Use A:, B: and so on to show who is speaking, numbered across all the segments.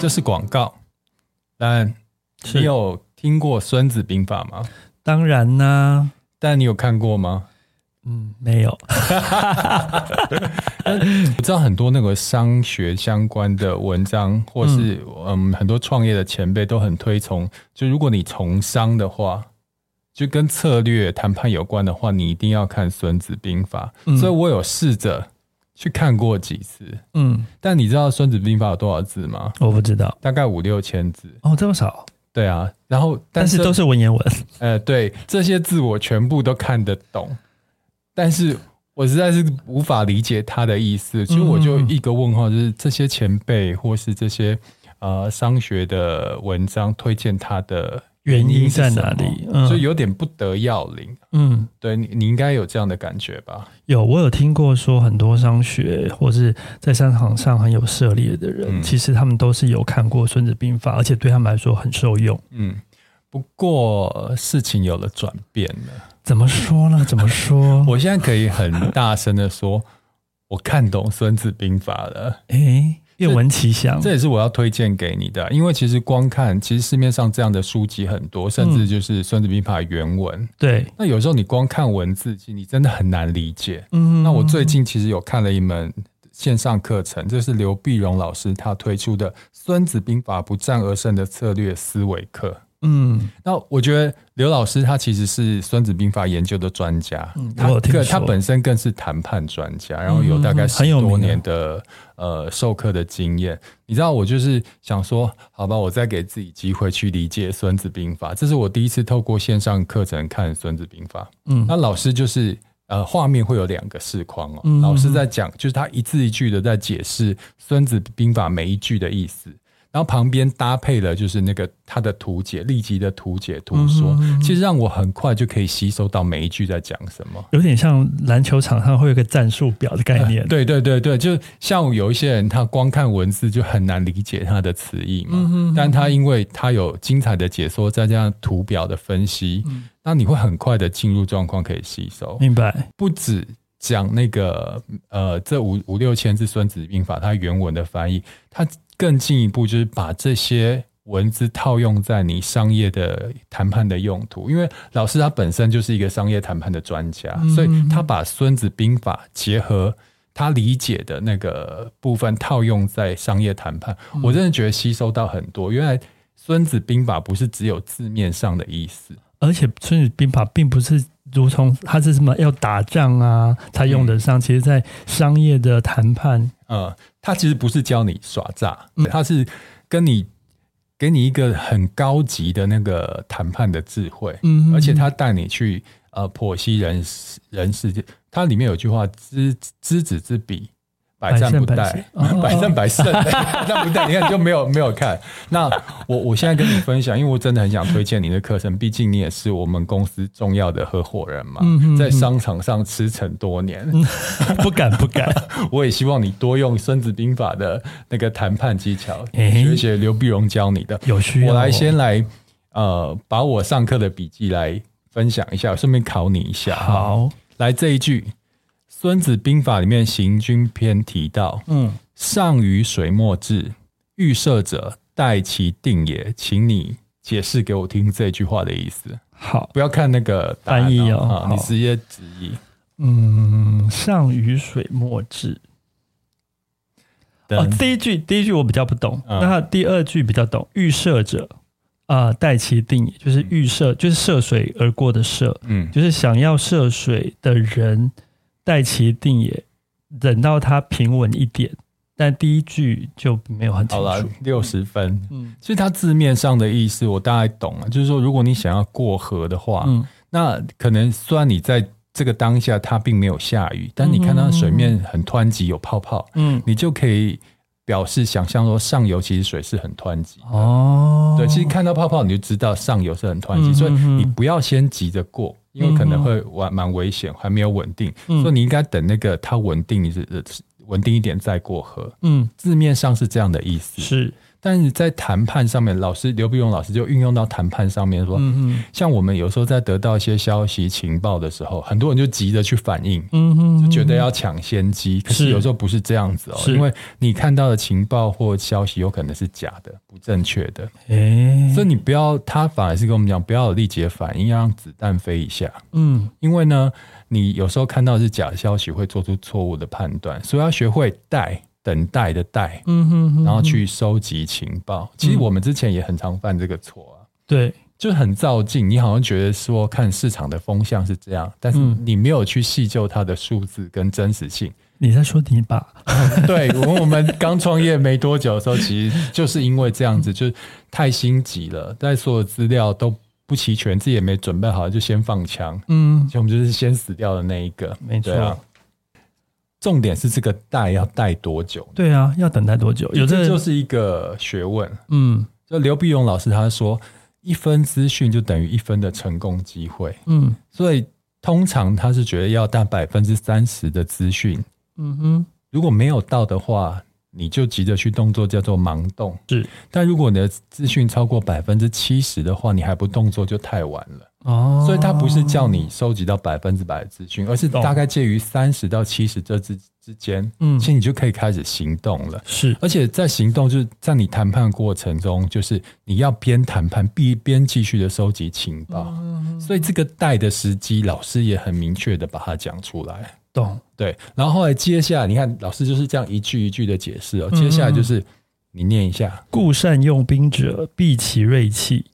A: 这是广告。但你
B: 是
A: 有听过《孙子兵法》吗？
B: 当然啦、
A: 但你有看过吗？
B: 嗯，没 有，
A: 我知道很多那个商学相关的文章，或是嗯很多创业的前辈都很推崇，就如果你从商的话，就跟策略谈判有关的话，你一定要看《孙子兵法》
B: 嗯
A: 所以我有试着去看过几次，
B: 嗯，
A: 但你知道《孙子兵法》有多少字吗？
B: 我不知道。
A: 大概五六千字。
B: 哦，这么少，
A: 对啊，然后
B: 但是
A: 是
B: 都是文言文。
A: 呃，对，这些字我全部都看得懂，但是我实在是无法理解他的意思。其实我就一个问号，就是这些前辈或是这些呃商学的文章推荐他的
B: 原因
A: 是
B: 在
A: 什
B: 哪
A: 么
B: 里嗯
A: 所以有点不得要领。
B: 嗯，
A: 对你，你应该有这样的感觉吧？
B: 有，我有听过说很多商学或是在商场上很有涉猎的人，
A: 嗯
B: 其实他们都是有看过《孙子兵法》，而且对他们来说很受用。
A: 嗯，不过呃事情有了转变了，
B: 怎么说呢？怎么 说？
A: 我现在可以很大声的说，我看懂《孙子兵法》了。
B: 诶，愿闻其详。
A: 这也是我要推荐给你的，因为其实光看，其实市面上这样的书籍很
B: 嗯
A: 多，甚至就是《孙子兵法》原文。
B: 对，
A: 那有时候你光看文字，其实你真的很难理解。
B: 嗯
A: 那我最近其实有看了一门线上课程，这是刘碧荣老师他推出的《孙子兵法不战而胜的策略思维课》。
B: 嗯
A: 那我觉得刘老师他其实是《孙子兵法》研究的专家，
B: 嗯
A: 他
B: 我有听
A: 个
B: 说
A: 他本身更是谈判专家，然后有大概
B: 嗯
A: 十
B: 很有名
A: 多
B: 啊
A: 年的呃授课的经验。你知道，我就是想说，好吧，我再给自己机会去理解《孙子兵法》，这是我第一次透过线上课程看《孙子兵法》。
B: 嗯
A: 那老师就是呃，画面会有两个视框哦，
B: 嗯
A: 老师在讲，就是他一字一句的在解释《孙子兵法》每一句的意思，然后旁边搭配了就是那个他的图解，立即的图解图
B: 嗯
A: 说，其实让我很快就可以吸收到每一句在讲什么。
B: 有点像篮球场上会有一个战术表的概念。
A: 对对对对，就像有一些人，他光看文字就很难理解他的词义嘛。
B: 嗯
A: 但他因为他有精彩的解说，再加上图表的分析，
B: 嗯
A: 那你会很快的进入状况，可以吸收。
B: 明白。
A: 不止讲那个呃，这五五六千字《孙子兵法》它原文的翻译，它更进一步就是把这些文字套用在你商业的谈判的用途。因为老师他本身就是一个商业谈判的专家，所以他把《孙子兵法》结合。他理解的那个部分套用在商业谈判，我真的觉得吸收到很多。原来《孙子兵法》不是只有字面上的意思，
B: 而且《孙子兵法》并不是如同它是什么要打仗啊才用得上，其实在商业的谈判，
A: 呃，他其实不是教你耍诈，他是跟你给你一个很高级的那个谈判的智慧，
B: 嗯
A: 而且他带你去呃剖析人世人世界。它里面有句话：“知知子之比，百战不殆。
B: 百战百胜哦哦”
A: 百战百 胜，百战不殆。你看你就没有没有看。那我我现在跟你分享，因为我真的很想推荐你的课程，毕竟你也是我们公司重要的合伙人嘛，在商场上驰骋多年。
B: 不敢不 敢。
A: 我也希望你多用《孙子兵法》的那个谈判技巧，
B: 诶
A: 学一学刘碧荣教你的。
B: 有需要哦
A: 我来先来呃，把我上课的笔记来分享一下，顺便考你一下。，
B: 好，
A: 来这一句，《孙子兵法》里面《行军篇》提到
B: 嗯，：“
A: 上于水墨志，预设者待其定也。”请你解释给我听这句话的意思，
B: 好，
A: 不要看那个答案
B: 翻译哦
A: 啊，你
B: 好
A: 直接直译。
B: 嗯，上于水墨志。哦，
A: 噔
B: 第一句第一句我比较不懂，
A: 嗯
B: 那第二句比较懂。预设者啊、呃待其定也，就是预设，就是涉水而过的涉，
A: 嗯
B: 就是想要涉水的人，待其定也，忍到他平稳一点。但第一句就没有很清
A: 好了
B: 楚。，
A: 六十分。
B: 嗯
A: 其实它字面上的意思我大概懂了，就是说，如果你想要过河的话，
B: 嗯
A: 那可能虽然你在这个当下它并没有下雨，但你看到水面很湍急，有泡泡，
B: 嗯，
A: 你就可以表示想象说上游其实水是很湍急。
B: 哦，
A: 对，其实看到泡泡你就知道上游是很湍急，
B: 嗯
A: 所以
B: 嗯嗯
A: 你不要先急着过，因为可能会蛮蛮危险，还没有稳定，
B: 嗯
A: 所以你应该等那个它稳定，你是呃稳定一点再过河。
B: 嗯
A: 字面上是这样的意思。
B: 是
A: 但是在谈判上面，老师刘必荣老师就运用到谈判上面说，
B: 嗯
A: 像我们有时候在得到一些消息情报的时候，很多人就急着去反应，
B: 嗯嗯
A: 就觉得要抢先机，可
B: 是
A: 是有时候不是这样子哦，
B: 是
A: 因为你看到的情报或消息有可能是假的、不正确的，
B: 哎，
A: 所以你不要，他反而是跟我们讲不要有立即的反应，要让子弹飞一下，
B: 嗯
A: 因为呢，你有时候看到的是假消息，会做出错误的判断，所以要学会待等待的待，
B: 嗯嗯，
A: 然后去收集情报。其实我们之前也很常犯这个错啊。
B: 对，
A: 就是很照进，你好像觉得说看市场的风向是这样，但是
B: 嗯
A: 你没有去细究它的数字跟真实性。
B: 你在说你吧？
A: 对我们，我们刚创业没多久的时候，其实就是因为这样子，就是太心急了，但所有资料都不齐全，自己也没准备好，就先放枪，
B: 嗯，
A: 就我们就是先死掉的那一个。
B: 没错
A: 对啊重点是这个带要带多久？
B: 对啊，要等待多久？有
A: 这
B: 这
A: 就是一个学问。
B: 嗯
A: 就刘必荣老师他说，一分资讯就等于一分的成功机会。
B: 嗯
A: 所以通常他是觉得要到百分之三十的资讯，
B: 嗯哼，
A: 如果没有到的话，你就急着去动作叫做盲动。
B: 是
A: 但如果你的资讯超过百分之七十的话，你还不动作就太晚了。
B: 哦，
A: 所以他不是叫你收集到百分之百的资讯，而是大概介于三十到七十这之之间，
B: 嗯
A: 其实你就可以开始行动了。
B: 是
A: 而且在行动，就是在你谈判过程中，就是你要边谈判必边继续的收集情报。所以这个带的时机，老师也很明确的把它讲出来。
B: 懂
A: 对，然后后来接下来，你看老师就是这样一句一句的解释哦。接下来就是你念一下，
B: 故善用兵者，避其锐气，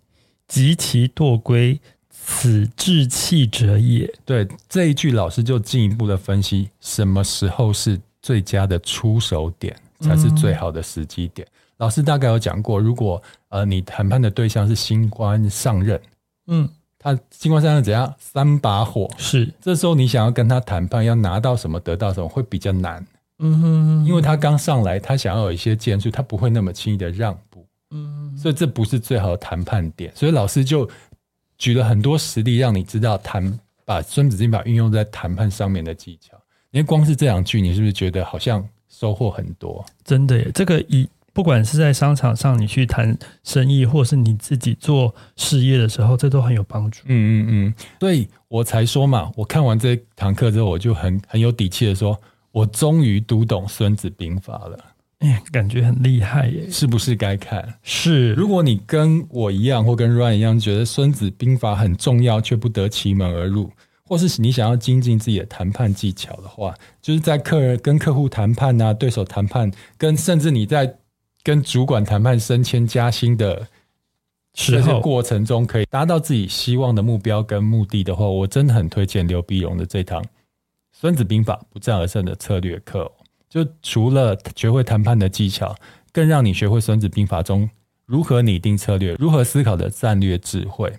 B: 及其惰归，此治气者也。
A: 对这一句，老师就进一步的分析什么时候是最佳的出手点，才是最好的时机点。老师大概有讲过，如果呃你谈判的对象是新官上任，
B: 嗯，
A: 他新官上任怎样三把火，
B: 是，
A: 这时候你想要跟他谈判，要拿到什么得到什么会比较难。
B: 嗯哼，
A: 因为他刚上来，他想要有一些建树，他不会那么轻易的让步，
B: 嗯
A: 所以这不是最好的谈判点。所以老师就举了很多实例，让你知道谈把《孙子兵法》运用在谈判上面的技巧。因为光是这两句，你是不是觉得好像收获很多？
B: 真的耶，这个以不管是在商场上你去谈生意，或是你自己做事业的时候，这都很有帮助。
A: 嗯嗯嗯，所以我才说嘛，我看完这堂课之后，我就很很有底气的说，我终于读懂《孙子兵法》了，
B: 哎，感觉很厉害耶。
A: 嗯是不是该看？
B: 是，
A: 如果你跟我一样，或跟 Ryan 一样，觉得《孙子兵法》很重要却不得其门而入，或是你想要精进自己的谈判技巧的话，就是在客人跟客户谈判啊、对手谈判，跟甚至你在跟主管谈判升迁加薪的
B: 时
A: 这些
B: 候
A: 过程中，可以达到自己希望的目标跟目的的话，我真的很推荐刘必荣的这堂《孙子兵法》不战而胜的策略课哦、就除了学会谈判的技巧，更让你学会《孙子兵法》中如何拟定策略、如何思考的战略智慧。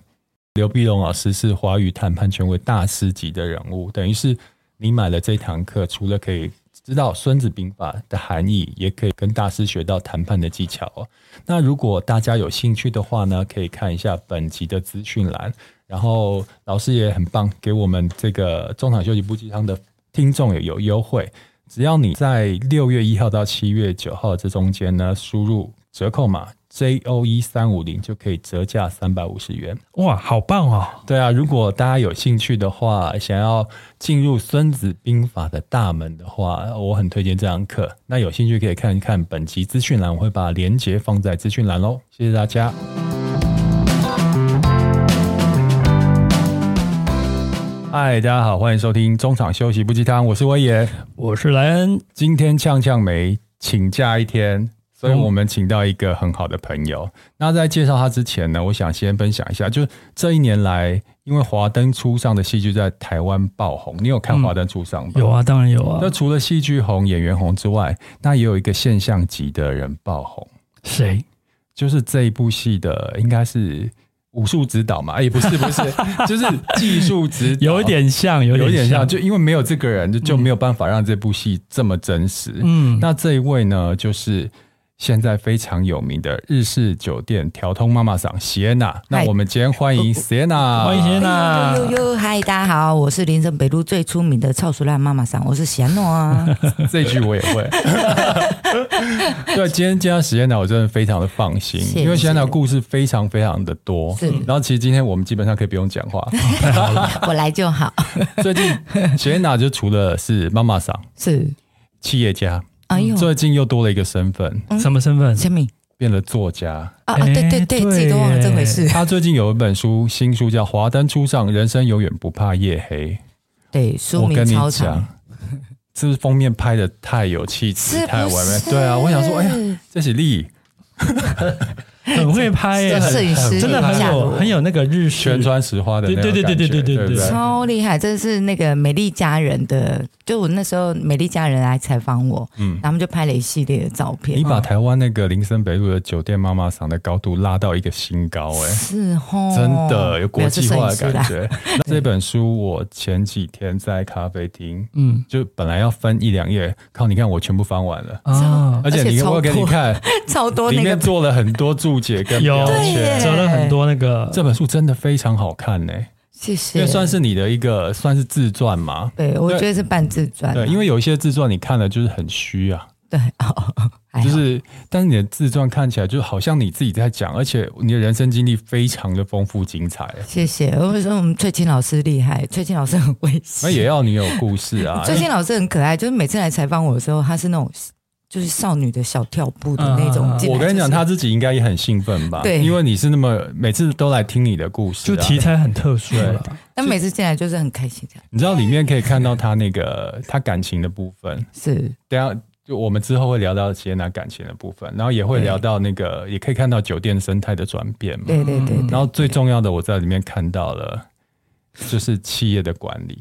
A: 刘必荣老师是华语谈判权威大师级的人物，等于是你买了这堂课，除了可以知道《孙子兵法》的含义，也可以跟大师学到谈判的技巧哦。那如果大家有兴趣的话呢，可以看一下本集的资讯栏。然后老师也很棒，给我们这个中场休息不鸡汤的听众也有优惠。只要你在六月一号到七月九号这中间呢，输入折扣码 J O 一三五零就可以折价三百五十元。
B: 哇，好棒哦！
A: 对啊，如果大家有兴趣的话，想要进入《孙子兵法》的大门的话，我很推荐这堂课。那有兴趣可以看一看本集资讯栏，我会把链接放在资讯栏喽。谢谢大家。嗨，大家好，欢迎收听中场休息不鸡汤，我是威爷。
B: 我是莱恩，
A: 今天呛呛梅请假一
B: 嗯
A: 天，所以我们请到一个很好的朋友。那在介绍他之前呢，我想先分享一下，就是这一年来，因为《华灯初上》的戏剧在台湾爆红，你有看《华灯初上》吗？
B: 嗯有。啊，当然有啊
A: 那。除了戏剧红、演员红之外，那也有一个现象级的人爆红，
B: 谁？
A: 就是这一部戏的应该是武术指导嘛？哎、不是 不是，就是技术指导，
B: 有一点像，嗯有
A: 有点
B: 点
A: 像，就因为没有这个人，就就没有办法让这部戏这么真实。
B: 嗯，
A: 那这一位呢，就是现在非常有名的日式酒店调通妈妈桑席娜。那
C: 嗨哦
A: 我们今天欢迎席娜，
B: 欢迎谢娜
C: 哎呦，呦呦，嗨，大家好，我是林森北路最出名的超熟辣妈妈桑，我是贤 诺啊。
A: 这句我也 会。对，今天见到史艳娜，我真的非常的放心，
C: 谢谢
A: 因为史艳娜故事非常非常的多
C: 是。
A: 然后其实今天我们基本上可以不用讲话。
C: 我来就好，
A: 最 近史艳娜就除了是妈妈桑、
C: 是，
A: 企业家，
C: 哎呦，
A: 最近又多了一个身份，
B: 什么身份？
C: 千敏
A: 变了作家。
C: 啊啊，对对对，
B: 哎
C: 自己都忘了
B: 对
C: 这回事。
A: 她最近有一本书，新书叫《华灯初上：人生永远不怕夜黑
C: 对，》。书
A: 我
C: 名
A: 跟你
C: 超
A: 讲
C: 长，，
A: 是不是封面拍的太有气质，
C: 是
A: 太
C: 不
A: 完美？
C: 是？
A: 对啊，我想说，哎呀，，这是力
B: 很会拍耶，
C: 这摄影师
B: 真的很
C: 下
B: 有
C: 楼
B: 很有那个日式
A: 全川石花的那种
B: 对对对
A: 感觉
B: 对对对
A: 对不
B: 对
C: 超厉害！这是那个《美丽佳人》的，就我那时候《美丽佳人》来采访我，
A: 嗯，
C: 他们就拍了一系列的照片。
A: 你把
C: 哦
A: 台湾那个林森北路的酒店妈妈桑的高度拉到一个新高、哎。
C: 是哦，
A: 真的有国际化的感
C: 没有。
A: 觉。 那这本书我前几天在咖啡厅，
B: 嗯
A: 就本来要翻一两页，靠，你看我全部翻完了，
B: 啊，
A: 而且
C: 而且
A: 你
C: 超
A: 我给你
C: 多
A: 看，
C: 这摄影师啦超多
A: 里
C: 那
A: 面
C: 个
A: 做了很多注解跟
B: 有
A: 标
C: 对耶
A: 签。
B: 折了很多那个
A: 这本书真的非常好看呢、哎
C: 谢
A: 因
C: 谢，
A: 为算是你的一个算是自传嘛。
C: 对，我觉得是半自传啊，
A: 对，因为有一些自传你看了就是很虚啊，
C: 对哦，还好
A: 就是，但是你的自传看起来就好像你自己在讲，而且你的人生经历非常的丰富精彩。啊
C: 谢谢。我说我们翠青老师厉害，翠青老师很会
A: 那
C: 写，，
A: 也要你有故事啊
C: 翠青老师很可爱，就是每次来采访我的时候，她是那种就是少女的小跳步的那种
B: 嗯嗯嗯。
C: 进
A: 啊
C: 来
A: 我跟你讲，
C: 就是
A: 他自己应该也很兴奋吧？
C: 对
A: 因为你是那么每次都来听你的故事、
B: 就
A: 啊，
B: 题材很特殊了，
C: 但每次进来就是很开心这样，
A: 你知道里面可以看到他那个他感情的部分。
C: 是
A: 等一下就我们之后会聊到接纳感情的部分，然后也会
C: 对
A: 聊到那个，也可以看到酒店生态的转变嘛。
C: 对对
B: 嗯
C: 对
A: 然
C: 对，
A: 后最重要的，我在里面看到了就是企业的管 理。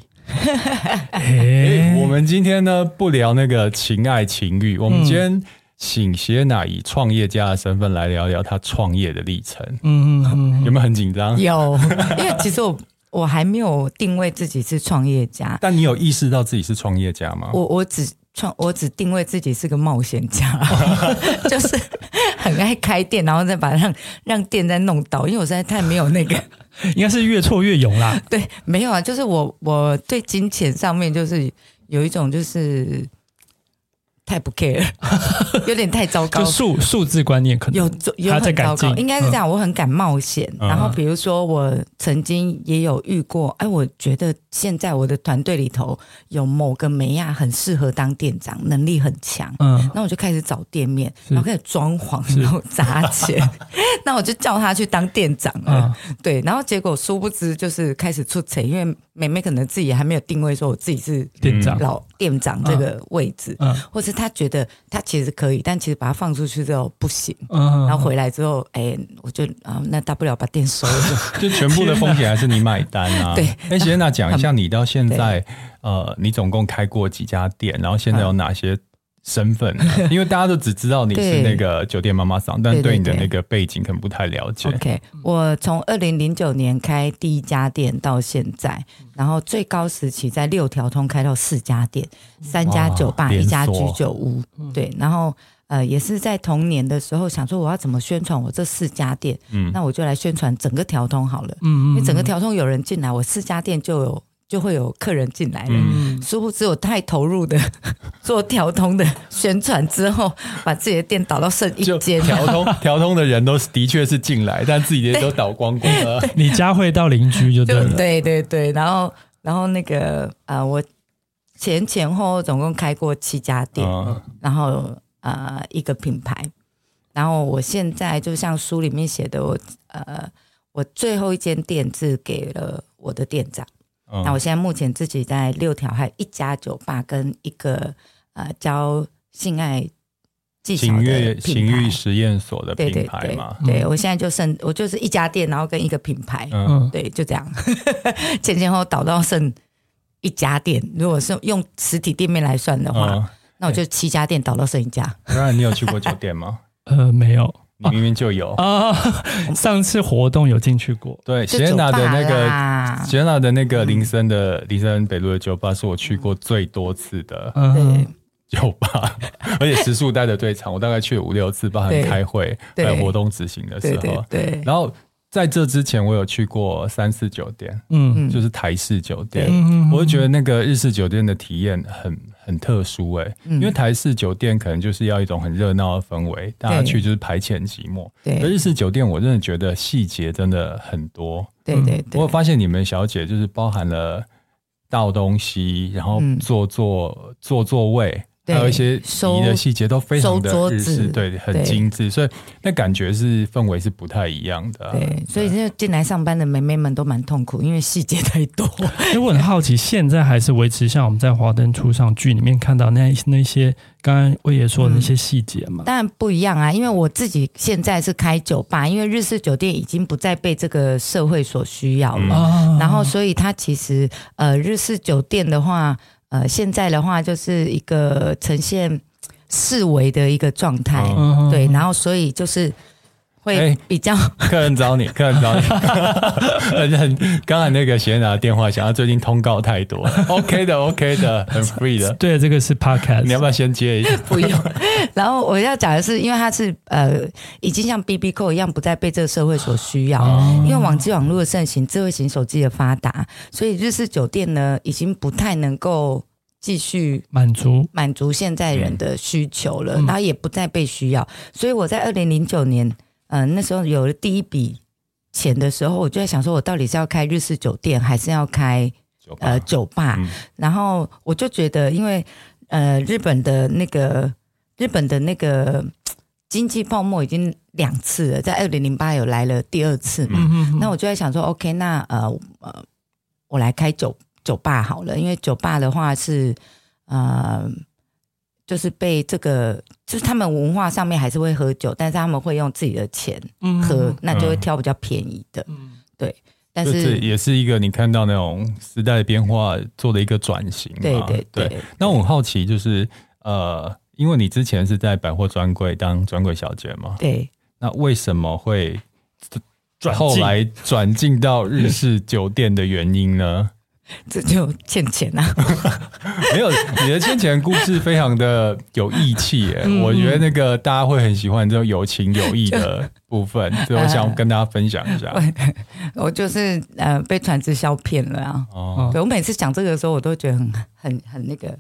B: 哎
A: 我们今天呢不聊那个情爱情欲，我们今天请谢娜以创业家的身份来聊聊她创业的历程，
B: 嗯嗯
A: 有
B: 嗯，
A: 没有很紧张？
C: 有， 因为其实我我还没有定位自己是创业家，
A: 但你有意识到自己是创业家吗？
C: 我我只创，我只定位自己是个冒险 家，就是很爱开店，然后再把让让店再弄倒，因为我实在太没有那个
B: 应该是越挫越勇啦，
C: 对，没有啊，就是我我对金钱上面就是有一种就是太不 care，有点太糟糕
B: 就。数数字观念可能
C: 有有
B: 他在
C: 很
B: 改
C: 糟糕，
B: 进
C: 应该是这样。我很敢冒险，
A: 嗯
C: 然后比如说我曾经也有遇过，哎，我觉得现在我的团队里头有某个梅亚很适合当店长，能力很强，
B: 嗯
C: 那我就开始找店面，
B: 是
C: 然后开始装潢，然后砸钱。 那我就叫他去当店长了，
B: 嗯
C: 对。然后结果殊不知就是开始出错，因为妹妹可能自己还没有定位说我自己是
B: 店长，
C: 老店长这个位置，
B: 嗯
C: 或是她觉得她其实可以，但其实把她放出去之后不行。
B: 嗯，
C: 然后回来之后，哎、我就啊，那大不了把店 收了。
A: 就全部的风险还是你买单啊？
C: 对嗯
A: 哎，谢娜讲一下，你到现在呃，你总共开过几家店，然后现在
C: 嗯
A: 有哪些身份啊、 因为大家都只知道你是
C: 对
A: 那个酒店妈妈桑，但
C: 对对
A: 对你的
C: 对
A: 那个背景可能不太了解。
C: OK，我从二零零九年开第一家店到现在，然后最高时期在六条通开到四家店，三家
A: 哇
C: 酒吧，一家
A: 连
C: 居
A: 锁
C: 酒屋。
B: 嗯
C: 对，然后呃，也是在同年的时候想说我要怎么宣传我这四家店，
A: 嗯，
C: 那我就来宣传整个条通好了，因
B: 嗯
C: 为
B: 嗯
C: 整个条通有人进来，我四家店就有就会有客人进来了。
A: 嗯
B: 嗯
C: 殊不知我太投入的 做调通的宣传之后，把自己的店倒到剩一
A: 就
C: 间，啊
A: 调通调通的人都是的确是进来，但自己的都倒光光了。
B: 你家会到邻居 就对
C: 就
B: 了，
C: 对对对，然后然后那个啊、呃我前前后后总共开过七家店，
B: 哦
A: 嗯
C: 然后呃一个品牌，然后我现在就像书里面写的，我呃我最后一间店是给了我的店长。
A: 嗯
C: 那我现在目前自己在六条，还有一家酒吧跟一个呃教性爱技巧
A: 情
C: 的
A: 欲情
C: 品牌
A: 欲。实验所的
C: 对
A: 品
C: 对
A: 牌
C: 对
A: 嘛，，
C: 对我现在就剩我就是一家店，然后跟一个品牌，
A: 嗯，
B: 嗯，
C: 对，就这样， 前前后后倒到剩一家店。如果是用实体店面来算的话，
A: 嗯
C: 那我就七家店倒到剩一家。
A: 当然你有去过酒店 吗？
B: 呃，没有
A: 你明明就有。
B: 啊， 上次活动有进去过，
A: 对，
C: 就
A: 谢娜的那
C: 酒吧
A: 个
C: 啦嗯
A: 杰娜的那个林森的林森北路的酒吧是我去过最多次的，
B: 嗯
C: 对，
A: 有吧？ 而且时数待的最长，我大概去了五六次，包含
C: 对
A: 开会还
C: 对
A: 有活动执行的时
C: 对
A: 候。
C: 对对，
A: 然后在这之前，我有去过三四酒店，
B: 嗯
C: 嗯
A: 就是台式酒店。
B: 嗯
A: 我就觉得那个日式酒店的体验很很特殊哎、
C: 嗯
A: 因为台式酒店可能就是要一种很热闹的氛围，大家
C: 对
A: 去就是排遣寂寞。而
C: 对
A: 日式酒店我真的觉得细节真的很多，
C: 对对
A: 我有
C: 对，
A: 发现你们小姐就是包含了倒东西，然后
C: 嗯
A: 坐坐、坐座位，还
C: 对
A: 有一些
C: 收
A: 仪的细节都非常的
C: 收桌
A: 日式，
C: 子
A: 对，很
C: 对
A: 精致，所以那感觉是氛围是不太一样的啊、
C: 对，所以就进来上班的妹妹们都蛮痛苦，因为细节太多。
B: 哎，我很好奇，现在还是维持像我们在《华灯初上》剧里面看到那那些刚刚魏爷说的那
C: 嗯
B: 些细节嘛？
C: 当然不一样啊，因为我自己现在是开酒吧，因为日式酒店已经不再被这个社会所需要了。
A: 嗯
B: 啊
C: 嗯然后，所以它其实呃，日式酒店的话，呃，现在的话就是一个呈现四维的一个状态，
B: 嗯
C: 对，然后所以就是
A: 哦哎
C: 会比较、
A: 客人找 你，客人找你，很很刚才那个贤拿电话，想他最近通告太多 了，OK 的，OK 的，很 free 的，
B: 对，这个是 podcast，
A: 你要不要先接一下？
C: 不用。 然后我要讲的是，因为它是呃，已经像 B B 扣一样，不再被这个社会所需要。
B: 啊
C: 因为网际网络的盛行，智慧型手机的发达，所以日式酒店呢，已经不太能够继续
B: 满足？
C: 满足现在人的需求了，
B: 嗯
C: 然后也不再被需要。所以我在二零零九年，嗯、那时候有了第一笔钱的时候，我就在想说，我到底是要开日式酒店，还是要开
A: 酒吧
C: 呃酒吧？
A: 嗯
C: 然后我就觉得，因为呃日本的那个日本的那个嘖经济泡沫已经两次了，在二零零八有来了第二次嘛，
B: 嗯
C: 那我就在想说，OK，那呃呃，我来开酒酒吧好了，因为酒吧的话是呃，就是被这个就是他们文化上面还是会喝酒，但是他们会用自己的钱
B: 我
C: 喝，那就会
A: 嗯
C: 挑比较便宜的。
B: 嗯
C: 但，
A: 就是也是一个你看到那种时代的变化做的一个转型嘛。
C: 对对对，
A: 那我很好奇，就是呃，因为你之前是在百货专柜当专柜小姐嘛，
C: 对，
A: 那为什么会
B: 转进
A: 后来转进到日式酒店的原因 呢？
C: 这就欠钱啊。
A: 没有，你的先前故事非常的有义气耶，
B: 嗯
A: 我觉得那个大家会很喜欢这种有情有义的部 分，所以我想跟大家分享一下。
B: 嗯
C: 我就是呃被传直销骗了啊。
A: 哦，
C: 对我每次讲这个的时候，我都觉得很很很那个，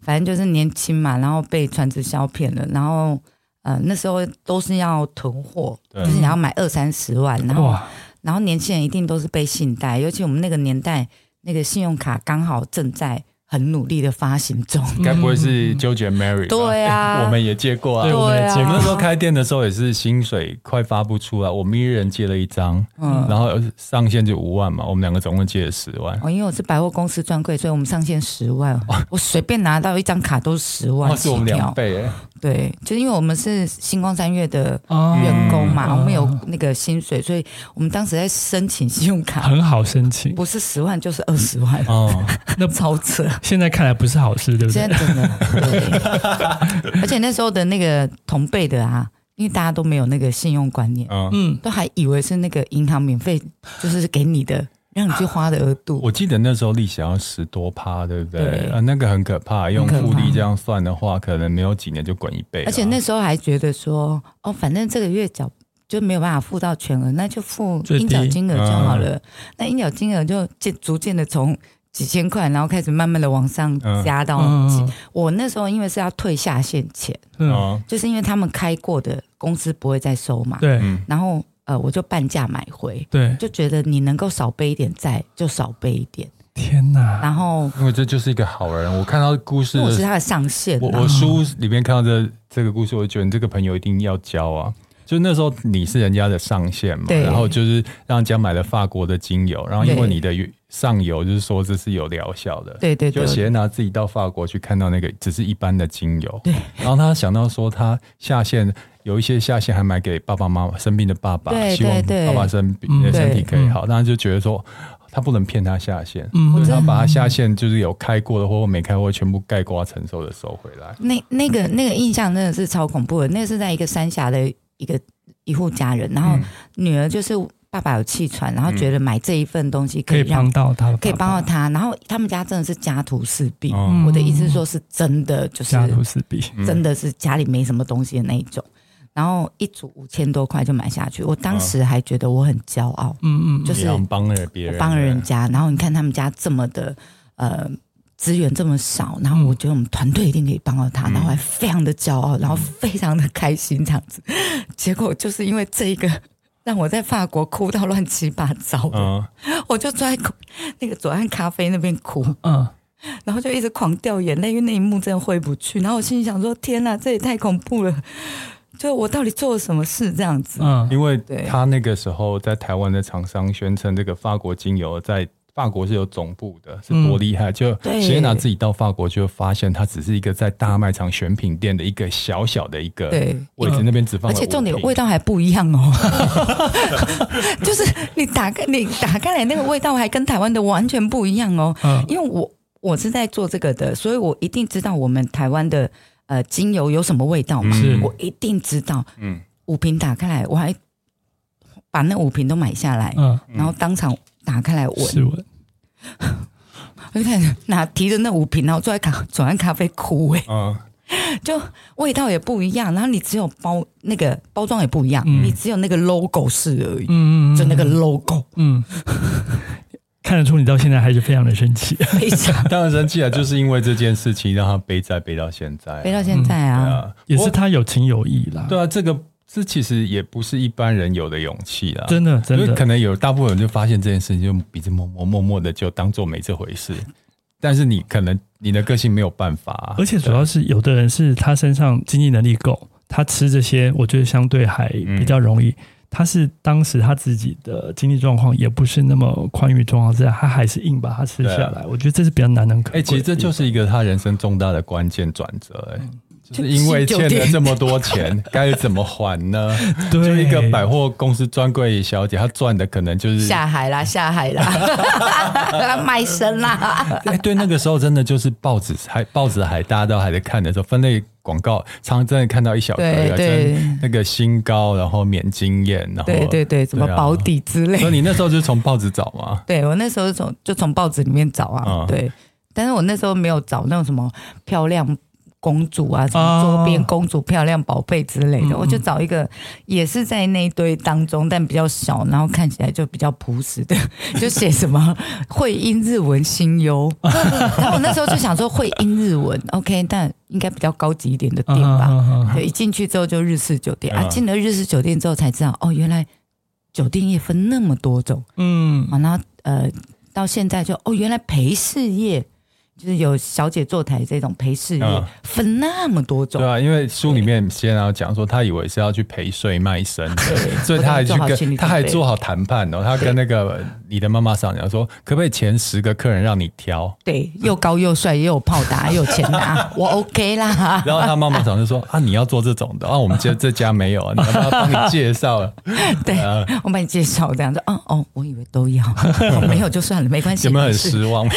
C: 反正就是年轻嘛，然后被传直销骗了，然后呃那时候都是要囤货，
A: 对
C: 就是你要买二三十万，然后
B: 哇，
C: 然后年轻人一定都是背信贷，尤其我们那个年代，那个信用卡刚好正在很努力的发行 中，
A: 该不会是纠结 Mary？吧
C: 对啊
A: 我们也借过啊，
B: 对我们也
C: 对啊
A: 我们那时候开店的时候也是薪水快发不出来，我们一人借了一张，
C: 嗯。
A: 然后上限就五万嘛，我们两个总共借了十万。
C: 哦，因为我是百货公司专柜，所以我们上限十万，我随便拿到一张卡都是十万
A: 哇，哦是
C: 起
A: 我们两
C: 跳。
A: 倍 耶！
C: 对，就是因为我们是星光三月的
B: 哦
C: 员工嘛，
B: 嗯
C: 我们有那个薪水，所以我们当时在申请信用卡，
B: 很好申请，
C: 不是十万就是二十万，
A: 哦，
C: 超扯。
B: 现在看来不是好事，对不对
C: 现？在 真的，对而且那时候的那个同辈的啊，因为大家都没有那个信用观念，
A: 嗯，
B: 嗯，
C: 都还以为是那个银行免费就是给你的，让你去花的额度。
A: 我记得那时候利息要十多趴，对不对？
C: 对
A: 啊，那个很可怕，用
C: 很可
A: 复
C: 怕
A: 利这样算的话，可能没有几年就滚一倍了。
C: 而且那时候还觉得说，哦，反正这个月缴就没有办法付到全额，那就付
B: 最低
C: 应缴金额就好了。那应缴金额就渐逐渐的从几千块，然后开始慢慢的往上加到几。
B: 嗯
C: 我那时候因为是要退下线钱，
B: 嗯，
A: 嗯
C: 就是因为他们开过的公司不会再收嘛，
B: 对
A: 嗯，
C: 然后呃我就半价买回。
B: 对，
C: 就觉得你能够少背一点债就少背一点，
B: 天哪，
C: 然后
A: 因为这就是一个好人。我看到故事
C: 因为我是
A: 的，
C: 他的上限
A: 我
C: 啊，
A: 我书里面看到这这个故事，我就觉得你这个朋友一定要交啊。就那时候你是人家的上线嘛，
C: 对
A: 然后就是让人家买了法国的精油，然后因为
C: 对
A: 你的上游就是说这是有疗效的，
C: 对对
A: 就
C: 对，
A: 斜拿自己到法国去看到那个只是一般的精油，对，然后他想到说他下线有一些下线还买给爸爸妈妈生病的爸爸，
C: 对
A: 希望
C: 对对
A: 爸爸生病、
B: 嗯
A: 呃身体
B: 对
A: 可以好，那就觉得说哦他不能骗他下线，
B: 嗯
A: 所以
C: 真
A: 他
C: 的
A: 把他下线就是有开过的或没开过全部概括承受的收回来，
C: 那那个那个印象真的是超恐怖的，那是在一个三峡的一个一户家人，然后
A: 嗯
C: 女儿就是爸爸有气喘，然后觉得买这一份东西
B: 嗯
C: 可
B: 可
C: 以
B: 以
C: 让
B: 帮到他，
C: 可以帮到他，然后他们家真的是家徒四壁。
A: 哦
B: 嗯
C: 我的意思是说，是真的就是
B: 家徒四壁，
A: 嗯
C: 真的是家里没什么东西的那一种，然后一组五千多块就买下去，我当时还觉得我很骄傲，
B: 嗯嗯，
C: 就是
A: 你要帮了别
C: 我
A: 人，
C: 帮了人家，然后你看他们家这么的呃资源这么少，然后我觉得我们团队一定可以帮到他，
A: 嗯
C: 然后还非常的骄傲，然后非常的开心这样子，结果就是因为这一个。 让我在法国哭到乱七八糟的，
A: 嗯，
C: 我就坐在哭那个左岸咖啡那边哭，
B: 嗯，
C: 然后就一直狂掉眼泪，因为那一幕真的挥不去。然后我心里想说：天哪，这也太恐怖了！就我到底做了什么事这样子？
B: 嗯
A: 因为
C: 对
A: 他那个时候在台湾的厂商宣称，这个法国精油在法国是有总部的，是多厉害！就
C: 嗯对
A: 谢娜自己到法国就发现，它只是一个在大卖场选品店的一个小小的一个
C: 对
A: 位置，
B: 嗯
A: 那边只放
C: 而
A: 了
C: 且重点
A: 5瓶
C: 味道还不一样哦， 就是你打开你打开来那个味道还跟台湾的完全不一样哦。
B: 嗯
C: 因为我我是在做这个的，所以我一定知道我们台湾的呃精油有什么味道嘛，
B: 是
C: 我一定知道。
A: 嗯
C: 五瓶打开来，我还把那五瓶都买下来，
B: 嗯，
A: 嗯
C: 然后当场打开来闻，
B: 是我，
C: 我就开始拿提着那五瓶，然后坐在咖左岸咖啡哭、欸，
A: 嗯
C: 就味道也不一样，然后你只有包那个包装也不一样，
B: 嗯
C: 你只有那个 logo 是而已，
B: 嗯嗯，
C: 就那个 logo
B: 嗯， 看得出你到现在还是非常的 生气，
C: 非 常
A: 当然生气了，就是因为这件事情让他背债背到现在啊，
C: 飞到现在
A: 对
C: 啊，
A: 啊，
B: 也是
A: 我
B: 他有情有义啦，
A: 对啊，这个这其实也不是一般人有的勇气啦。
B: 真的真
A: 啊因为可
B: 的，
A: 能有大部分人就发现这件事情，就鼻子默默默默的就当做没这回 事。但是你可能你的个性没有办法啊、
B: 而且主要是有的人是他身上经济能力够，他吃这些，我觉得相对还
A: 嗯
B: 比较容易。他是当时他自己的经济状况也不是那么宽裕状况之下，他还是硬把它吃下来。我觉得这是比较难能
A: 啊
B: 可
A: 哎、
B: 贵的地方。嗯
A: 其实这就是一个他人生重大的关键转折、哎、就是因为欠
C: 就
A: 了
C: 点
A: 这么多钱，该怎么还呢？就
B: 对
A: 一个百货公司专柜小姐，她赚的可能就是
C: 下海啦，下海 啦，卖身啦，
A: 哎、对，那个时候真的就是报纸还报纸还大家都还在看的时候，分类广告常常真的看到一小格
C: 对
A: 啊
C: 对
A: 真那个新高，然后免经验，然后
C: 对对对，什么
A: 对啊
C: 保底之类
A: 所以你那时候就是从报纸找 嘛？
C: 对我那时候从就从报纸里面找啊，
A: 嗯
C: 对，但是我那时候没有找那种什么漂亮公主啊，什么周边公主、漂亮宝贝之类
B: 嗯
C: 的，
B: 嗯
C: 我就找一个也是在那一堆当中，但比较小，然后看起来就比较朴实的， 就写什么会英日文心 忧，然后我那时候就想说会英日文，OK，但应该比较高级一点的店
B: 啊
C: 吧，
B: 吧
C: 对，一进去之后就日式酒店啊，
A: 嗯
C: 进了日式酒店之后才知道，哦，原来酒店业分那么多种。
B: 嗯
C: 啊，然后呃，到现在就哦，原来陪侍业就是有小姐坐台这种陪侍业、
A: 嗯
C: 分那么多种
A: 对，啊，因为书里面先要讲说，他以为是要去陪睡卖身的，所以他还去
C: 我都做好
A: 跟
C: 心理准备
A: 他还做好谈判哦，他跟那个你的妈妈商量说，可不可以前十个客人让你挑？
C: 对，又高又帅，又有炮打，又有钱拿，我 OK 啦。
A: 然后他妈妈长就说啊，你要做这种的啊，我们这这家没有啊，你要不要帮你介绍啊 了？
C: 对，
A: 嗯
C: 我帮你介绍这样子。哦哦，我以为 都要，哦没有就算了，没关系。
A: 有没有很
C: 是
A: 失望？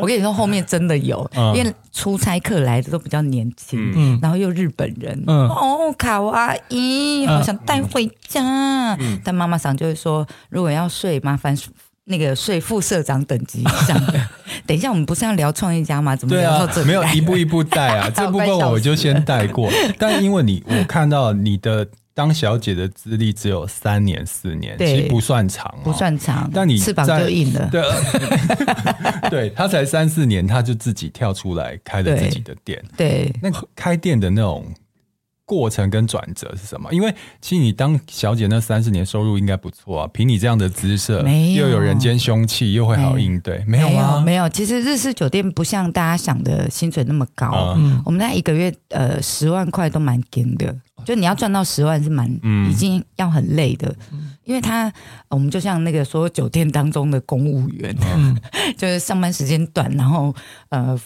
C: 我跟你说，后面真的有，
A: 嗯
C: 因为出差客来的都比较年轻，
B: 嗯
C: 然后又日本人，
B: 嗯
C: 哦，卡哇伊，
B: 嗯
C: 好想带回家。
A: 嗯
C: 但妈妈桑就会说，如果要睡，麻烦那个睡副社长等级以上 的。等一下，我们不是要聊创业家吗？怎么
A: 对
C: 聊到
A: 啊
C: 这，里
A: 没有
C: 来
A: 一步一步带 啊，这部分我就先带过。但因为你我看到你的当小姐的资历只有三年四年，
C: 对
A: 其实不算长、哦，
C: 不算长，
A: 但你
C: 翅膀
A: 在
C: 就硬了。
A: 对， 对他才三四年，他就自己跳出来开了自己的店。
C: 对，
A: 那个开店的那种过程跟转折是什么？因为其实你当小姐那三四年收入应该不错啊，凭你这样的姿色，
C: 没有
A: 又有人间凶器，又会好应对，没有啊
C: 有
A: 吗？
C: 没有。其实日式酒店不像大家想的薪水那么高，
A: 啊
B: 嗯
C: 我们那一个月呃十万块都蛮紧的，
B: 哦
C: 就你要赚到十万是蛮、
A: 嗯
C: 已经要很累的，
B: 嗯
C: 因为他呃我们就像那个所有酒店当中的公务员，
B: 嗯
C: 就是上班时间短，然后呃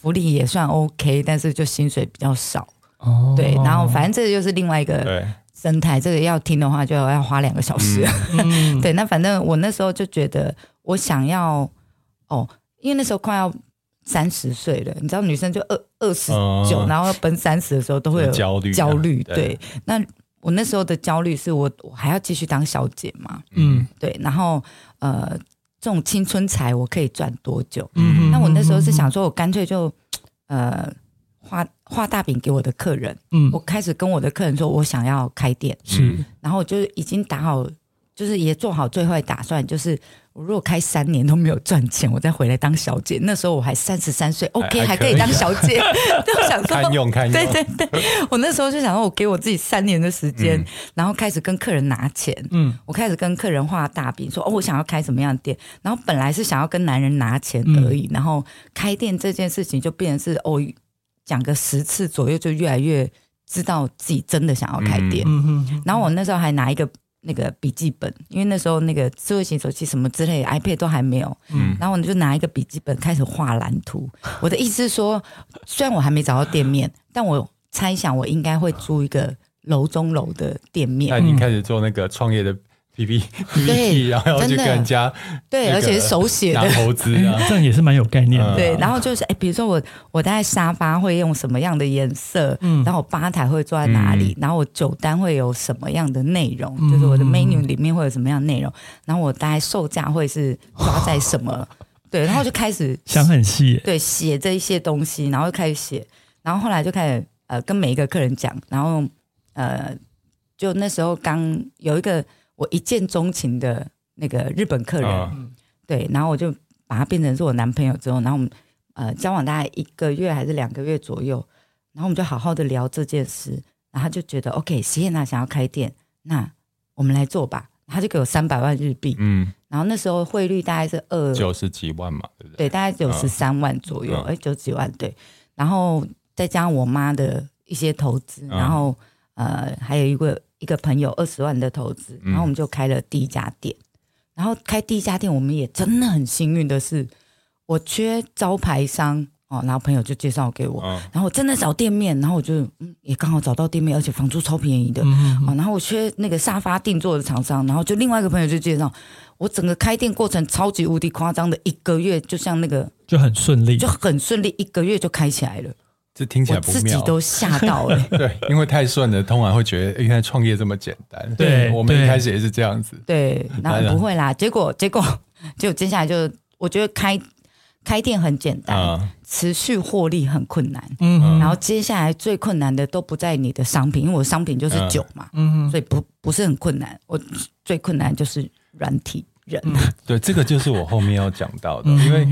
C: 福利也算 OK，但是就薪水比较少，
B: 哦
C: 对，然后反正这就是另外一个
A: 对，
C: 生态，这个要听的话就要花两个小时。
B: 嗯
C: 对，那反正我那时候就觉得我想要哦，因为那时候快要三十岁了，你知道女生就二二十
A: 嗯
C: 九，然后要奔三十的时候都会有
A: 焦虑啊
C: 焦虑。对，那。我那时候的焦虑是我我还要继续当小姐嘛，
B: 嗯
C: 对，然后呃，这种青春财我可以赚多久？
B: 嗯，
C: 那我那时候是想说，我干脆就呃画画大饼给我的客人，
B: 嗯，
C: 我开始跟我的客人说我想要开店，
B: 是
C: 然后我就已经打好，就是也做好最坏打算，就是我如果开三年都没有赚钱，我再回来当小姐。那时候我还三十三岁，OK，
A: 还
C: 还
A: 可
C: 可
A: 以啊
C: 以当小 姐，就想
A: 堪
C: 说。
A: 用堪用，
C: 对对对，我那时候就想说，我给我自己三年的时间，
A: 嗯
C: 然后开始跟客人拿钱，
B: 嗯
C: 我开始跟客人画大饼，说哦，我想要开什么样的店。然后本来是想要跟男人拿钱而
A: 嗯
C: 已，然后开店这件事情就变成是哦，讲个十次左右，就越来越知道自己真的想要开店。
B: 嗯嗯，
C: 然后我那时候还拿一个那个笔记本，因为那时候那个智慧型手机什么之类的 iPad 都还没有，
A: 嗯，
C: 然后我就拿一个笔记本开始画蓝 图。我的意思是说，虽然我还没找到店面，但我猜想我应该会租一个楼中楼的店
A: 那
C: 面，
A: 你开始做那个创业的 P P P T，然后 要去
C: 真
A: 跟
C: 的
A: 人家
C: 对，
A: 那
C: 而且
A: 个
C: 是手写
A: 拿
C: 的。
A: 投资啊，
B: 哎这样也是蛮有概念的，
C: 对，然后就是哎，比如说我我在沙发会用什么样的颜色，
B: 嗯
C: 然后我吧台会坐在哪里，然后我酒单会有什么样的内容，就是我的 menu 里面会有什么样的内容，然后我大概售价会是抓在什么，对，然后就开始
B: 想很细耶，
C: 对写这一些东西，然后就开始写，然后后来就开始呃跟每一个客人讲，然后呃就那时候刚有一个我一见钟情的那个日本客人，
A: 嗯
C: 对，然后我就把他变成是我男朋友之后，然后我们呃交往大概一个月还是两个月左右，然后我们就好好的聊这件事，然后他就觉得 OK，席燕娜想要开店，那我们来做吧，他就给我三百万日币，
A: 嗯，
C: 然后那时候汇率大概是二
A: 九十几万嘛，对不对？啊
C: 对，大概九十三万左右
A: 嗯，
C: 哎、九几万对，然后再加上我妈的一些投资，
A: 嗯
C: 然后呃，还有一个一个朋友二十万的投资，
A: 嗯
C: 然后我们就开了第一家店。然后开第一家店，我们也真的很幸运的是，我缺招牌商哦，然后朋友就介绍给我，
A: 嗯，
C: 然后我真的找店面，然后我就嗯也刚好找到店面，而且房租超便宜的，
B: 嗯
C: 哦，然后我缺那个沙发定做的厂商，然后就另外一个朋友就介绍，我整个开店过程超级无敌夸张的，一个月就像那个
B: 就很顺利
C: 就，很顺利，一个月就开起来了，
A: 这听起
C: 我
A: 来不
C: 自己
A: 妙。
C: 都吓到 了、
A: 对，因为太顺了，通常会觉得原来创业这么简单。嗯
B: 对
A: 我们一
B: 对
A: 开始也是这样子。
C: 对，
A: 当然
C: 那不会啦，结果结果就接下来就我觉得开开店很简单，
A: 啊，
C: 持续获利很困难，
B: 嗯，
C: 然后接下来最困难的都不在你的商品，因为我商品就是
A: 嗯
C: 酒嘛，
B: 嗯
C: 所以不不是很困难，我最困难就是软体人，
A: 对，这个就是我后面要讲到的，
B: 嗯
A: 因为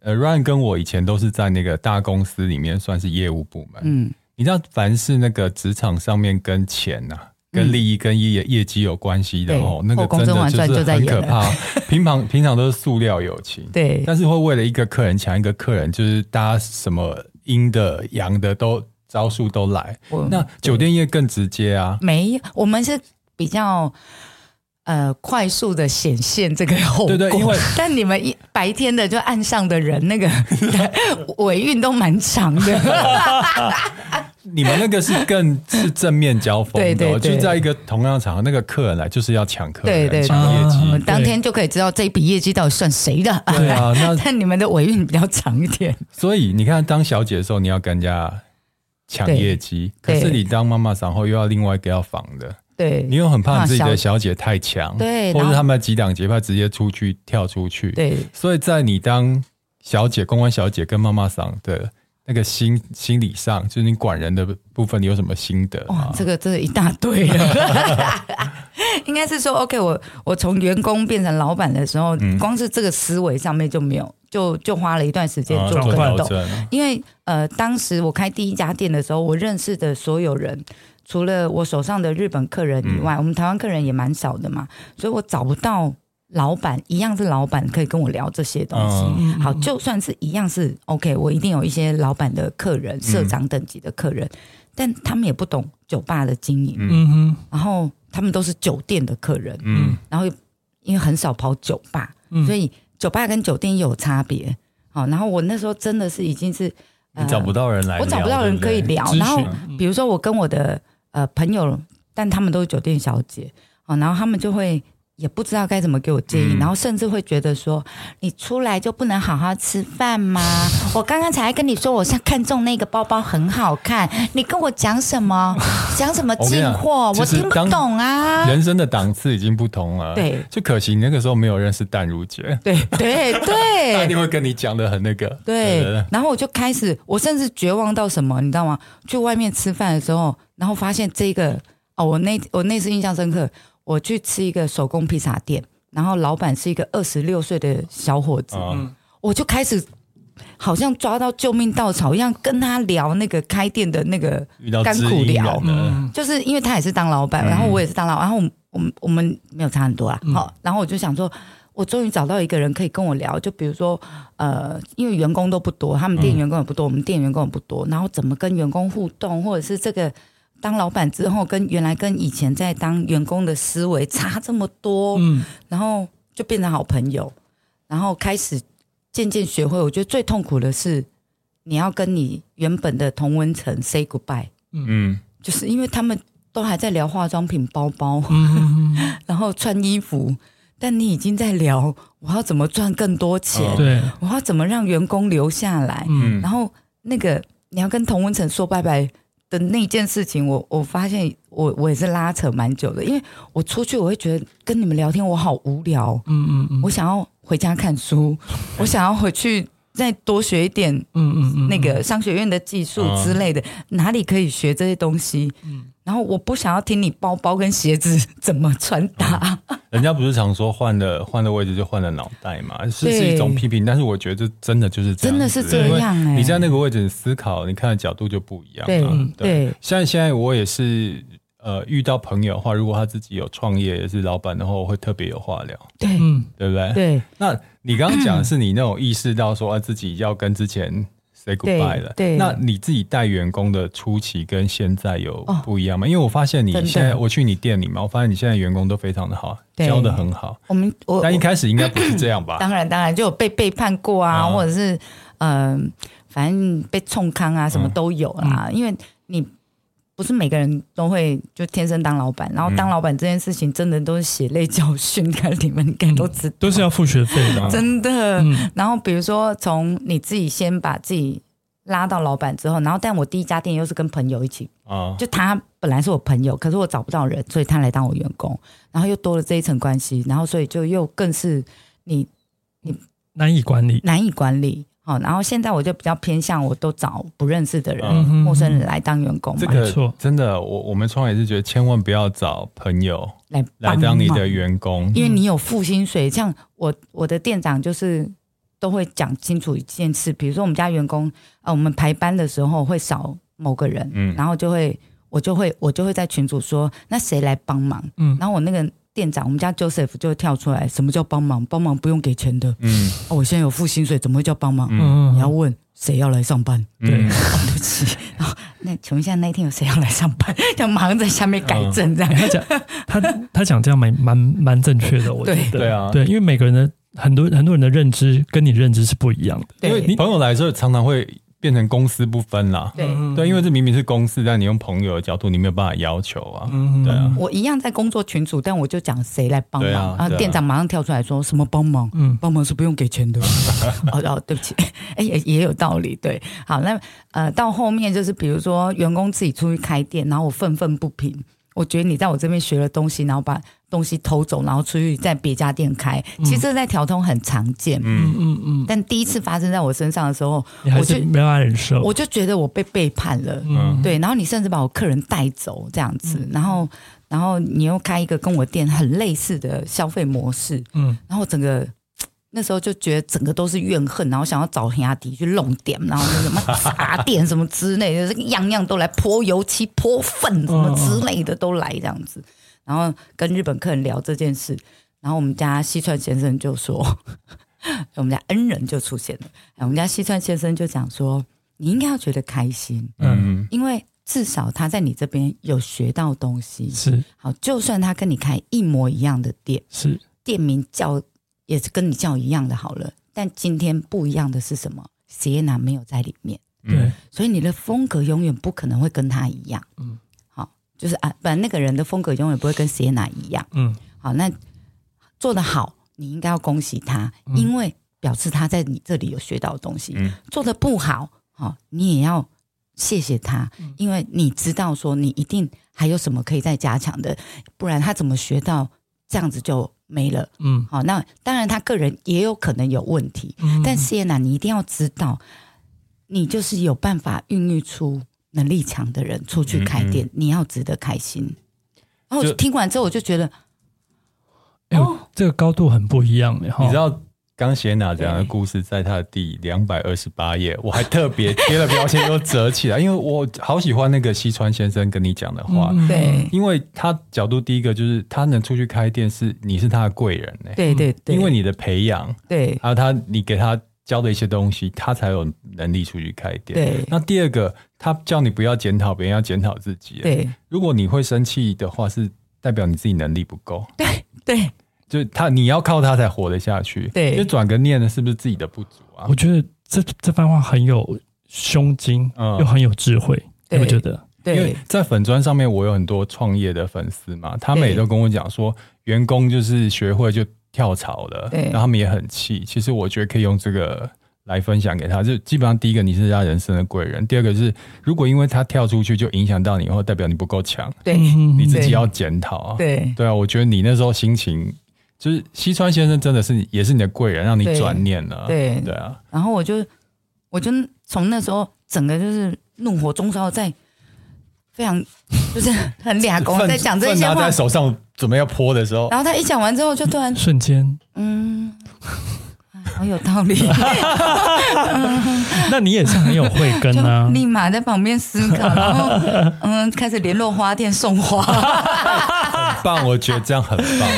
A: 呃，Ryan 跟我以前都是在那个大公司里面算是业务部门。
C: 嗯
A: 你知道，凡是那个职场上面跟钱呐、啊跟利益、跟业业绩有关系的哦，
C: 嗯对
A: 那个
C: 后宫
A: 真
C: 甄嬛
A: 的
C: 传
A: 就是
C: 就在
A: 很
C: 演
A: 可
C: 了
A: 怕。平常 平常都是塑料友情，
C: 对，
A: 但是会为了一个客人抢一个客人，就是大家什么阴的阳的都招数都来。
C: 我
A: 那酒店业更直接 啊，
C: 没有，我们是比较呃快速的显现这个后果。
A: 对对因为
C: 但你们一白天的就岸上的人 那个尾韵都蛮长的，
A: 你们那个是更是正面交锋的、哦，
C: 对对对
A: 就在一个同样场合，那个客人来就是要抢客人、
C: 对对对哦
A: 抢业绩。
B: 啊
C: 嗯当天就可以知道这一笔业绩到底算谁的。
A: 对啊，那
C: 但你们的尾韵比较长一点，
A: 所以你看，当小姐的时候，你要跟人家抢
C: 对
A: 业绩，可
C: 对
A: 是你当妈妈然后又要另外一个要防的，
C: 对
A: 你又很怕你自己
C: 怕
A: 的
C: 小
A: 小姐太强，
C: 对
A: 或
C: 然
A: 者
C: 后
A: 他们几档节拍直接出去跳出去，
C: 对
A: 所以在你当小姐、公关小姐跟妈妈桑的那个心心理上，就是你管人的部分，你有什么心得
C: 哇
A: 吗，？
C: 这个真的一大堆了。 应该是说，OK，我我从员工变成老板的时候，
A: 嗯
C: 光是这个思维上面就没有，就就花了一段时间
A: 啊
C: 做
A: 做
C: 跟
A: 调
C: 动。
A: 整，
C: 因为呃，当时我开第一家店的时候，我认识的所有人，除了我手上的日本客人以外，
A: 嗯
C: 我们台湾客人也蛮少的嘛，所以我找不到老板，一样是老板可以跟我聊这些东西。
A: 嗯，
C: 好，就算是一样是 OK，我一定有一些老板的客人、社
A: 嗯
C: 长等级的客人，但他们也不懂酒吧的经营，
A: 嗯
B: 嗯
C: 然后他们都是酒店的客人，
A: 嗯
C: 然后因为很少跑酒吧，
B: 嗯
C: 所以酒吧跟酒店有差别。好，然后我那时候真的是已经是、
A: 你找不到人来聊，
C: 嗯我找不到人可以
A: 对
C: 聊
B: 咨，询
C: 然后
B: 嗯
C: 比如说我跟我的呃朋友，但他们都是酒店小姐，哦，然后他们就会也不知道该怎么给我建议，
A: 嗯
C: 然后甚至会觉得说，你出来就不能好好吃饭吗？我刚刚才跟你说，我是看中那个包包很好看，你跟我讲什么？讲什么
A: 我跟你
C: 进
A: 讲
C: 货？
A: 其
C: 我
A: 实
C: 听不
A: 当
C: 懂啊！
A: 人生的档次已经不同了。
C: 对，
A: 就可惜你那个时候没有认识淡如姐，
C: 对对
A: 她一
C: 对
A: 定会跟你讲的很那个。
C: 哎对，然后我就开始，我甚至绝望到什么，你知道吗？去外面吃饭的时候，然后发现这个哦，我那我那次印象深刻，我去吃一个手工披萨店，然后老板是一个二十六岁的小伙子，
A: 啊，
B: 嗯
C: 我就开始好像抓到救命稻草一样，跟他聊那个开店的那个，
A: 遇到
C: 甘
A: 知
C: 苦
A: 音
C: 聊
A: 人了，
B: 嗯，
C: 就是因为他也是当老板，
A: 嗯
C: 然后我也是当老，然后我们我们我们没有差很多啦
B: 嗯。
C: 好、然后我就想说，我终于找到一个人可以跟我聊，就比如说，呃，因为员工都不多，他们店员工也不多，
B: 嗯
C: 我们店员工也不多，然后怎么跟员工互动，或者是这个。当老板之后，跟原来跟以前在当员工的思维差这么多，
B: 嗯，
C: 然后就变成好朋友，然后开始渐渐学会。我觉得最痛苦的是，你要跟你原本的同温层 say goodbye，
A: 嗯，
C: 就是因为他们都还在聊化妆品、包包，
B: 嗯
C: 然后穿衣服，但你已经在聊我要怎么赚更多钱，
A: 哦
B: 嗯对，
C: 我要怎么让员工留下来，
B: 嗯
C: 然后那个你要跟童文成说拜拜的那件事情，我我发现我我也是拉扯蛮久的，因为我出去我会觉得跟你们聊天我好无聊，
B: 嗯嗯嗯，
C: 我想要回家看书，我想要回去再多学一点
B: 嗯嗯嗯
C: 那个商学院的技术之类的，哪里可以学这些东西？
B: 嗯
C: 然后我不想要听你包包跟鞋子怎么穿搭，
A: 人家不是常说换了换了位置就换了脑袋嘛，是
C: 对
A: 是一种批评，但是我觉得这真的就是这样
C: 真
A: 子
C: 的是这。样
A: 因
C: 哎、
A: 为你在那个位置思考，你看的角度就不一样
C: 对
A: 嘛。
C: 对
A: 像现在我也是，呃，遇到朋友的话，如果他自己有创业，也是老板的话，我会特别有话聊，
C: 对
B: 嗯
A: 对不对？
C: 对
A: 那你刚刚讲的是你那种意识到说啊自己要跟之前 say
C: 对
A: goodbye 了，
C: 对
A: 那你自己带员工的初期跟现在有
C: 哦
A: 不一样吗？因为我发现你
C: 真的
A: 现在我去你店里嘛，我发现你现在员工都非常的好，
C: 对
A: 教的很好，
C: 我们我
A: 但一开始应该不是这样吧？
C: 当然当然就有被背叛过啊，
A: 啊
C: 或者是嗯、反正被冲康啊，什么
A: 嗯
C: 都有啦。因为你不是每个人都会就天生当老板，然后当
A: 嗯
C: 老板这件事情真的都是血泪教训，看你们应该都知道，
B: 都是要付学费的，啊
C: 真的。
B: 嗯
C: 然后比如说从你自己先把自己拉到老板之后，然后但我第一家店又是跟朋友一起，
A: 啊，
C: 就他本来是我朋友，可是我找不到人，所以他来当我员工，然后又多了这一层关系，然后所以就又更是你
B: 难以管理，
C: 难以管理。好，然后现在我就比较偏向我都找不认识的人、
A: 嗯
B: 哼
C: 陌生人来当员工嘛，
A: 这
B: 没
A: 个
B: 错
A: 真的，我我们创业是觉得千万不要找朋友
C: 来
A: 来
C: 帮
A: 当你
C: 忙
A: 的员工，
C: 因为你有付薪水，像我我的店长就是都会讲清楚一件事，比如说我们家员工，呃，我们排班的时候会少某个人，
A: 嗯
C: 然后就会我就会我就会在群组说，那谁来帮忙？
B: 嗯
C: 然后我那个店长，我们家 Joseph 就会跳出来，什么叫帮忙？帮忙不用给钱的，
A: 嗯
C: 哦，我现在有付薪水，怎么会叫帮忙？
A: 嗯
B: 嗯，
C: 你要问谁要来上班？ 哦
A: 嗯
B: 对，
C: 对不起，然后那请问一下那一天有谁要来上班？ 就马上在下面
A: 嗯
C: 改正这样。
B: 他讲他他讲这样蛮蛮蛮正确的，我觉得
A: 对对啊
B: 对，因为每个人的很多很多人的认知跟你认知是不一样
A: 因
B: 的，
C: 对
A: 为你朋友来的时候常常会变成公私不分啦。
C: 对
A: 对，因为这明明是公事，但你用朋友的角度，你没有办法要求啊。
B: 嗯
A: 对啊
C: 我一样在工作群组，但我就讲谁来帮忙，
A: 对啊对
C: 然后
A: 啊
C: 店长马上跳出来说什么帮忙，
B: 嗯
C: 帮忙是不用给钱的。 哦哦，对不起， 哎、也也有道理，对。好，那呃，到后面就是比如说员工自己出去开店，然后我愤愤不平，我觉得你在我这边学了东西，然后把东西偷走，然后出去在别家店开，其实这在调通很常见。
A: 嗯
B: 嗯嗯嗯，
C: 但第一次发生在我身上的时候，
B: 你还
C: 我
B: 是
C: 就
B: 没办法忍受，
C: 我就觉得我被背叛了。
A: 嗯
C: 对，然后你甚至把我客人带走这样子，然后然后你又开一个跟我店很类似的消费模式，
B: 嗯
C: 然后整个那时候就觉得整个都是怨恨，然后想要找黑阿迪去弄点，然后就什么砸店什么之类的，这个样样都来泼油漆、泼粪什么之类的都来这样子，然后跟日本客人聊这件事，然后我们家西川先生就说， 我们家恩人就出现了，哎我们家西川先生就讲说，你应该要觉得开心。
A: 嗯
C: 因为至少他在你这边有学到东西。
B: 是
C: 好，就算他跟你开一模一样的店，
B: 是
C: 店名叫也是跟你叫一样的好了，但今天不一样的是什么？Sienna 没有在里面，
B: 对
A: 嗯，
C: 所以你的风格永远不可能会跟他一样。
B: 嗯
C: 嗯，好，就是啊，不然那个人的风格永远不会跟 Sienna 一样。
B: 嗯
C: 好，那做得好，你应该要恭喜他，
B: 嗯
C: 因为表示他在你这里有学到的东西。
A: 嗯
C: 做得不好，哦，你也要谢谢他，
B: 嗯
C: 因为你知道说你一定还有什么可以再加强的，不然他怎么学到这样子就没了。
B: 嗯，
C: 好、那当然他个人也有可能有问题，
B: 嗯
C: 但谢娜，你一定要知道，你就是有办法孕育出能力强的人出去开店，你要值得开心。然后我
A: 嗯就
C: 听完之后，我就觉得，
B: 哎呦
C: 哦
B: 这个高度很不一样的哈。
A: 你知道刚写哪这样的
C: 对
A: 故事，在他的第两百二十八页，我还特别贴了标签又折起来，因为 我好喜欢那个西川先生跟你讲的话，
B: 嗯
C: 对，
A: 因为他角度第一个就是他能出去开店是你是他的贵人呢、
C: 对对对，
A: 因为你的培养，
C: 对
A: 还有他你给他教的一些东西，他才有能力出去开店。
C: 对
A: 那第二个，他叫你不要检讨别人，要检讨自己。，啊
C: 对
A: 如果你会生气的话，是代表你自己能力不够。
C: 对
A: 就是他，你要靠他才活得下去。
C: 对
A: 就转个念呢，是不是自己的不足啊
B: 我？觉得这这番话很有胸襟，
A: 嗯
B: 又很有智慧，你
C: 对
B: 不觉得？
A: 因为
C: 对
A: 在粉砖上面，我有很多创业的粉丝嘛，他们
C: 对
A: 也都跟我讲说，员工就是学会就跳槽了，
C: 对
A: 然后他们也很气。其实我觉得可以用这个来分享给他，就基本上第一个你是人家人生的贵人，第二个是如果因为他跳出去就影响到你以后，代表你不够强，
C: 对
B: 嗯
A: 你自己要检讨啊。
C: 对
A: 对啊，我觉得你那时候心情就是西川先生真的是也是你的贵人，让你
C: 对
A: 转念了。
C: 对
A: 对，啊，
C: 然后我就我就从那时候整个就是怒火中烧，在非常就是很俩啊公
A: 粪
C: 在讲这
A: 粪
C: 些
A: 拿
C: 话啊
A: 在，手上准备要泼的时候，
C: 然后他一讲完之后，就突然
B: 瞬 间。
C: 嗯，哎好有 道理。
B: 那你也是很有慧根
C: 就
B: 啊，
C: 立马在旁边思考，然后嗯，开始联络花店送花，
A: 很棒，我觉得这样很 棒。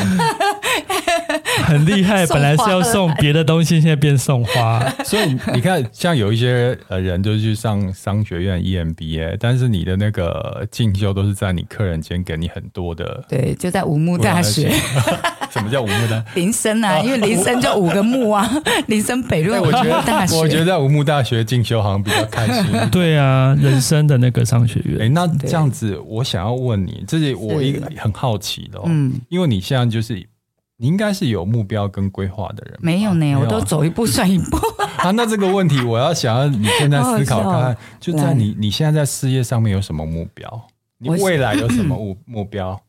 B: 很厉害。
C: 送花
B: 本来是要送别的东西，现在变送 花。
A: 所以你看，像有一些呃人就是去上商学院 E EMBA，但是你的那个进修都是在你客人间给你很多的。
C: 对，就在五木大学，
A: 什么叫无目 大？
C: 林 森啊，因为林森就五个木啊，林森北
A: 哎
C: 路
A: 我
C: 五
A: 觉
C: 木大
A: 得，
C: 学，
A: 我觉得在无目大学进修好像比较开 心。
B: 对啊，人生的那个商学
A: 哎、
B: 院，
A: 那这样子，我想要问你，这是我一个很好奇的、哦，
C: 嗯，
A: 因为你现在就是你应该是有目标跟规划的人吧，
C: 没有呢，我都
A: 啊
C: 走一步算一步。
A: 啊。那这个问题，我要想要你现在思考看
C: 好好笑哦
A: 看，就在你你现在在事业上面有什么目标？你
C: 我是
A: 未来有 什么目目标？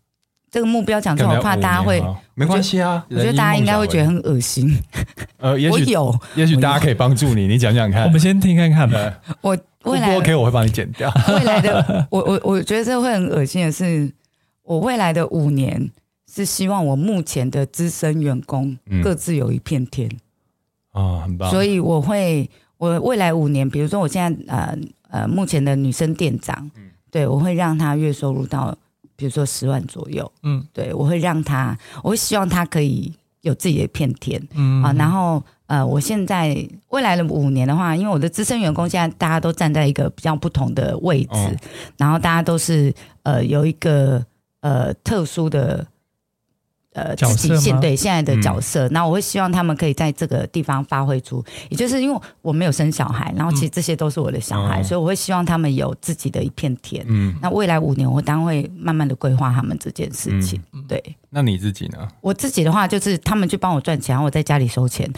C: 这个目标讲出
A: 可
C: 来，
A: 能
C: 我怕大家会
A: 五，年吗没关系啊，
C: 我觉得大家应该会觉得
A: 得
C: 很恶心。
A: 呃，也
C: 我
A: 许
C: 有，
A: 也许大家可以帮助你，你讲讲看。
B: 我们先听看看吧。
A: 呃
C: 我
A: 不
C: 未来
A: OK，我会帮你剪 掉。
C: 未来的我我我觉得这会很恶心的是，我未来的五年是希望我目前的资深员工
A: 嗯
C: 各自有一片天，
A: 啊，很棒。
C: 所
A: 以
C: 以我会我未来五年，比如说我现在呃呃目前的女生店长，
A: 嗯
C: 对我会让她月收入到比如说十万左右，
B: 嗯
C: 对我会让她，我会希望她可以有自己的一片天，
B: 嗯
C: 啊，然后呃，我现在未来的五年的话，因为我的资深员工现在大家都站在一个比较不同的位置，
B: 哦
A: 嗯
C: 然后大家都是呃有一个呃特殊的呃
B: 角
C: 自
B: 色
C: 己
B: 吗
C: 现对现在的
A: 嗯
C: 角色，那、我会希望他们可以在这个地方发挥出，也就是因为我没有生小孩，然后
B: 嗯
C: 其实这些都是我的小
B: 哦
C: 孩，
A: 嗯
C: 所以我会希望他们有自己的一片天。
A: 嗯，
C: 那未来五年，我当然会慢慢的规划他们这件事情。对，
A: 那你自己呢？
C: 我自己的话，就是他们去帮我赚钱，然后我在家里收钱。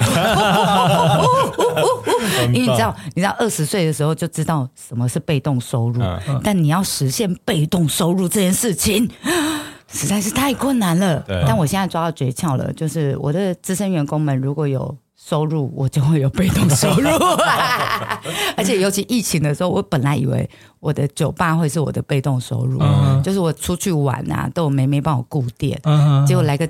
A: 嗯
C: 因为你知道，你知道二十岁的时候就知道什么是被动收入，
A: 嗯
C: 但你要实现被动收入这件事情， 实在是太困难了
A: 对。
C: 但我现在抓到诀窍了，就是我的资深员工们如果有收入，我就会有被动收 入。而且尤其疫情的时候，我本来以为我的酒吧会是我的被动收入，
B: 嗯
C: 就是我出去玩啊，都有妹妹帮我顾店。
B: 嗯
C: 结果来个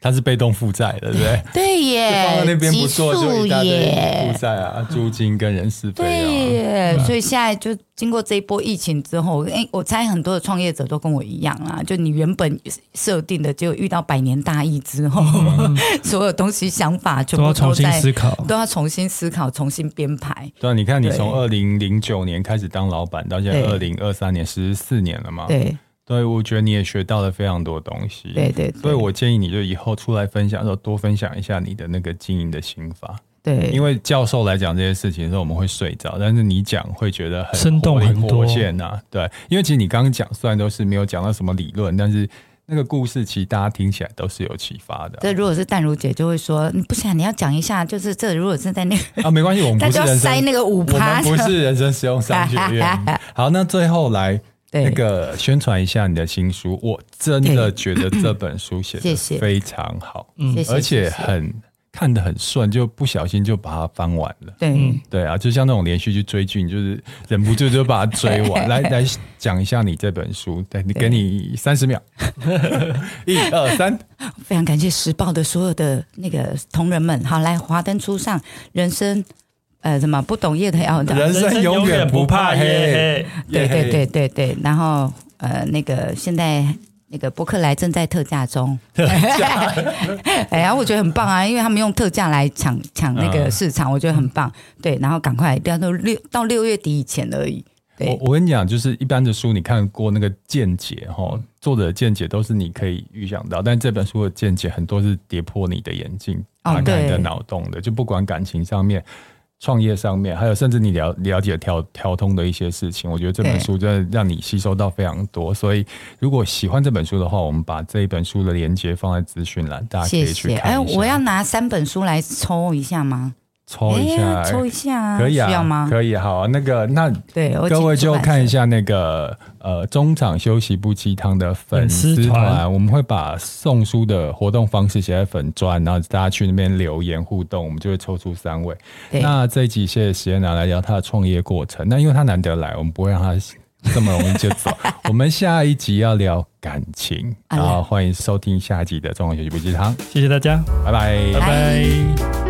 A: 他是被动负债的，对不 对？
C: 对
A: 就放
C: 耶，
A: 在那边不做，
C: 激素
A: 就一大堆
C: 哎耶
A: 负，债啊，租金跟人事
C: 对
A: 费啊。
C: 耶，所以现在就经过这一波疫情之后，哎，我猜很多的创业者都跟我一样啊，就你原本设定的，结果遇到百年大疫之后，
A: 嗯
C: 所有东西想法全
B: 都要
C: 部
B: 重
C: 都
B: 新
C: 在
B: 思考。
C: 都要重新思考、重新编排。
A: 对啊，你看你
C: 对
A: 从二零零九年开始当老板，到现在二
C: 对
A: 零二三年，十四年了嘛。，
C: 对
A: 对我觉得你也学到了非常多东西。
C: 对对
A: 嗯所以我建议你就以后出来分享的时候，多分享一下你的那个经营的心法，
C: 对，
A: 因为教授来讲这些事情的时候，我们会睡着，但是你讲会觉得很
B: 生动
A: 活啊
B: 很多
A: 活现呐、对，因为其实你刚刚讲虽然都是没有讲到什么理论，但是那个故事其实大家听起来都是有启发的啊
C: 这如果是淡如姐就会说，你不想你要讲一下，就是这如果是在那个，
A: 啊，没关系，我们
C: 他
A: 不
C: 就是要
A: 人
C: 塞
A: 生，
C: 那个五
A: 我
C: 趴
A: 们，不是人生实用商学院。好，那最后来
C: 对，
A: 那个宣传一下你的新书，我真的觉得这本书写
C: 谢
A: 的
C: 谢嗯
A: 非常好，
C: 谢谢，
A: 嗯而且
C: 谢谢
A: 很看得很顺，就不小心就把它翻完了。
C: 对。
B: 嗯
A: 对啊，就像那种连续剧追剧，你就是忍不住就把它追 完。来来讲一下你这本书，对你给你三 十秒，一二三，
C: 非常感谢时报的所有的那个同仁们，好来华灯初上，人生呃什么不懂夜的要的，
A: 人生永远不怕黑。
B: 耶！
C: 对
A: 耶
C: 对对对对，然后呃那个现在。那个伯克莱正在特价中， 哎呀，我觉得很棒啊，因为他们用特价来抢抢那个
A: 嗯
C: 市场，我觉得很棒。对，然后赶快，不要到六到六月底以前而已。对
A: 我，我跟你讲，就是一般的书，你看过那个见解哈，
C: 嗯
A: 作者的见解都是你可以预想到，但这本书的见解很多是跌破你的眼镜、打
C: 哦
A: 开你的
C: 对
A: 脑洞的，就不管感情上面。创业上面，还有甚至你了了解调调通的一些事情，我觉得这本
C: 对
A: 书真的让你吸收到非常多。所以，如果喜欢这本书的话，我们把这一本书的连接放在资讯栏，大家可
C: 谢
A: 以去
C: 谢。
A: 看
C: 哎，
A: 一下
C: 我要拿三本书来抽一下吗？
A: 抽一下，
C: 哎抽一下啊，
A: 可以啊，
C: 需要吗？
A: 可以，好啊。那个，那
C: 对，哎我
A: 各位
C: 请出
A: 就
C: 版社
A: 看一下那个呃中场休息不鸡汤的粉丝
B: 粉丝
A: 团，
B: 团
A: 我们会把送书的活动方式写在粉砖，然后大家去那边留言互动，我们就会抽出三位。
C: 对
A: 那这一集谢谢石燕娜来聊她的创业过程，那因为她难得来，我们不会让她这么容易就 走。我们下一集要聊感情，
C: 好
A: 然
C: 嘞
A: 后欢迎收听下一集的中场休息不鸡汤，
B: 谢谢大家。
A: 拜拜
B: 拜拜。